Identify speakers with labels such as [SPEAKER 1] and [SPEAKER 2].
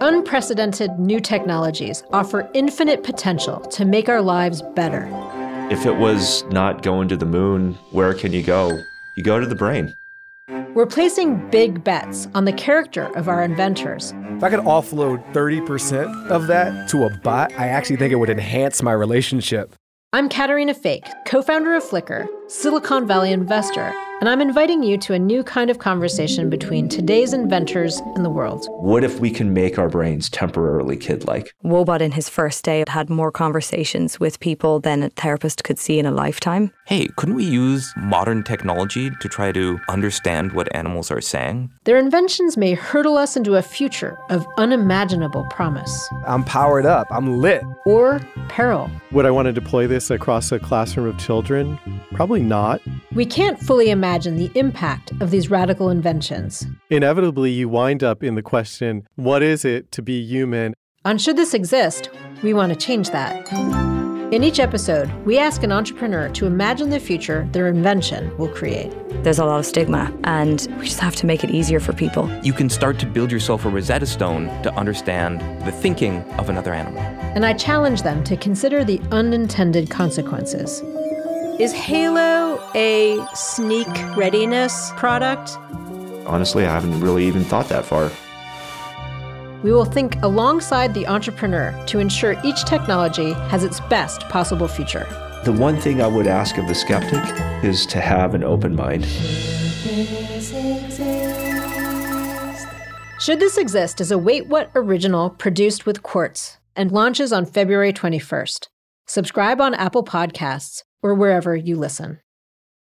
[SPEAKER 1] Unprecedented new technologies offer infinite potential to make our lives better.
[SPEAKER 2] If it was not going to the moon, where can you go? You go to the brain.
[SPEAKER 1] We're placing big bets on the character of our inventors.
[SPEAKER 3] If I could offload 30% of that to a bot, I actually think it would enhance my relationship.
[SPEAKER 1] I'm Katerina Fake, co founder of Flickr, Silicon Valley investor, and I'm inviting you to a new kind of conversation between today's inventors and the world.
[SPEAKER 2] What if we can make our brains temporarily kid like?
[SPEAKER 4] Wobot, in his first day, had more conversations with people than a therapist could see in a lifetime.
[SPEAKER 5] Hey, couldn't we use modern technology to try to understand what animals are saying?
[SPEAKER 1] Their inventions may hurtle us into a future of unimaginable promise.
[SPEAKER 3] I'm powered up, I'm lit.
[SPEAKER 1] Or peril.
[SPEAKER 6] Would I want to deploy this across a classroom of children? Probably not.
[SPEAKER 1] We can't fully imagine the impact of these radical inventions.
[SPEAKER 6] Inevitably, you wind up in the question what is it to be human?
[SPEAKER 1] On Should This Exist, we want to change that. In each episode, we ask an entrepreneur to imagine the future their invention will create.
[SPEAKER 4] There's a lot of stigma, and we just have to make it easier for people.
[SPEAKER 5] You can start to build yourself a Rosetta Stone to understand the thinking of another animal.
[SPEAKER 1] And I challenge them to consider the unintended consequences. Is Halo a sneak readiness product?
[SPEAKER 2] Honestly, I haven't really even thought that far.
[SPEAKER 1] We will think alongside the entrepreneur to ensure each technology has its best possible future.
[SPEAKER 2] The one thing I would ask of the skeptic is to have an open mind.
[SPEAKER 1] Should This Exist is a Wait What original produced with Quartz and launches on February 21st. Subscribe on Apple Podcasts or wherever you listen.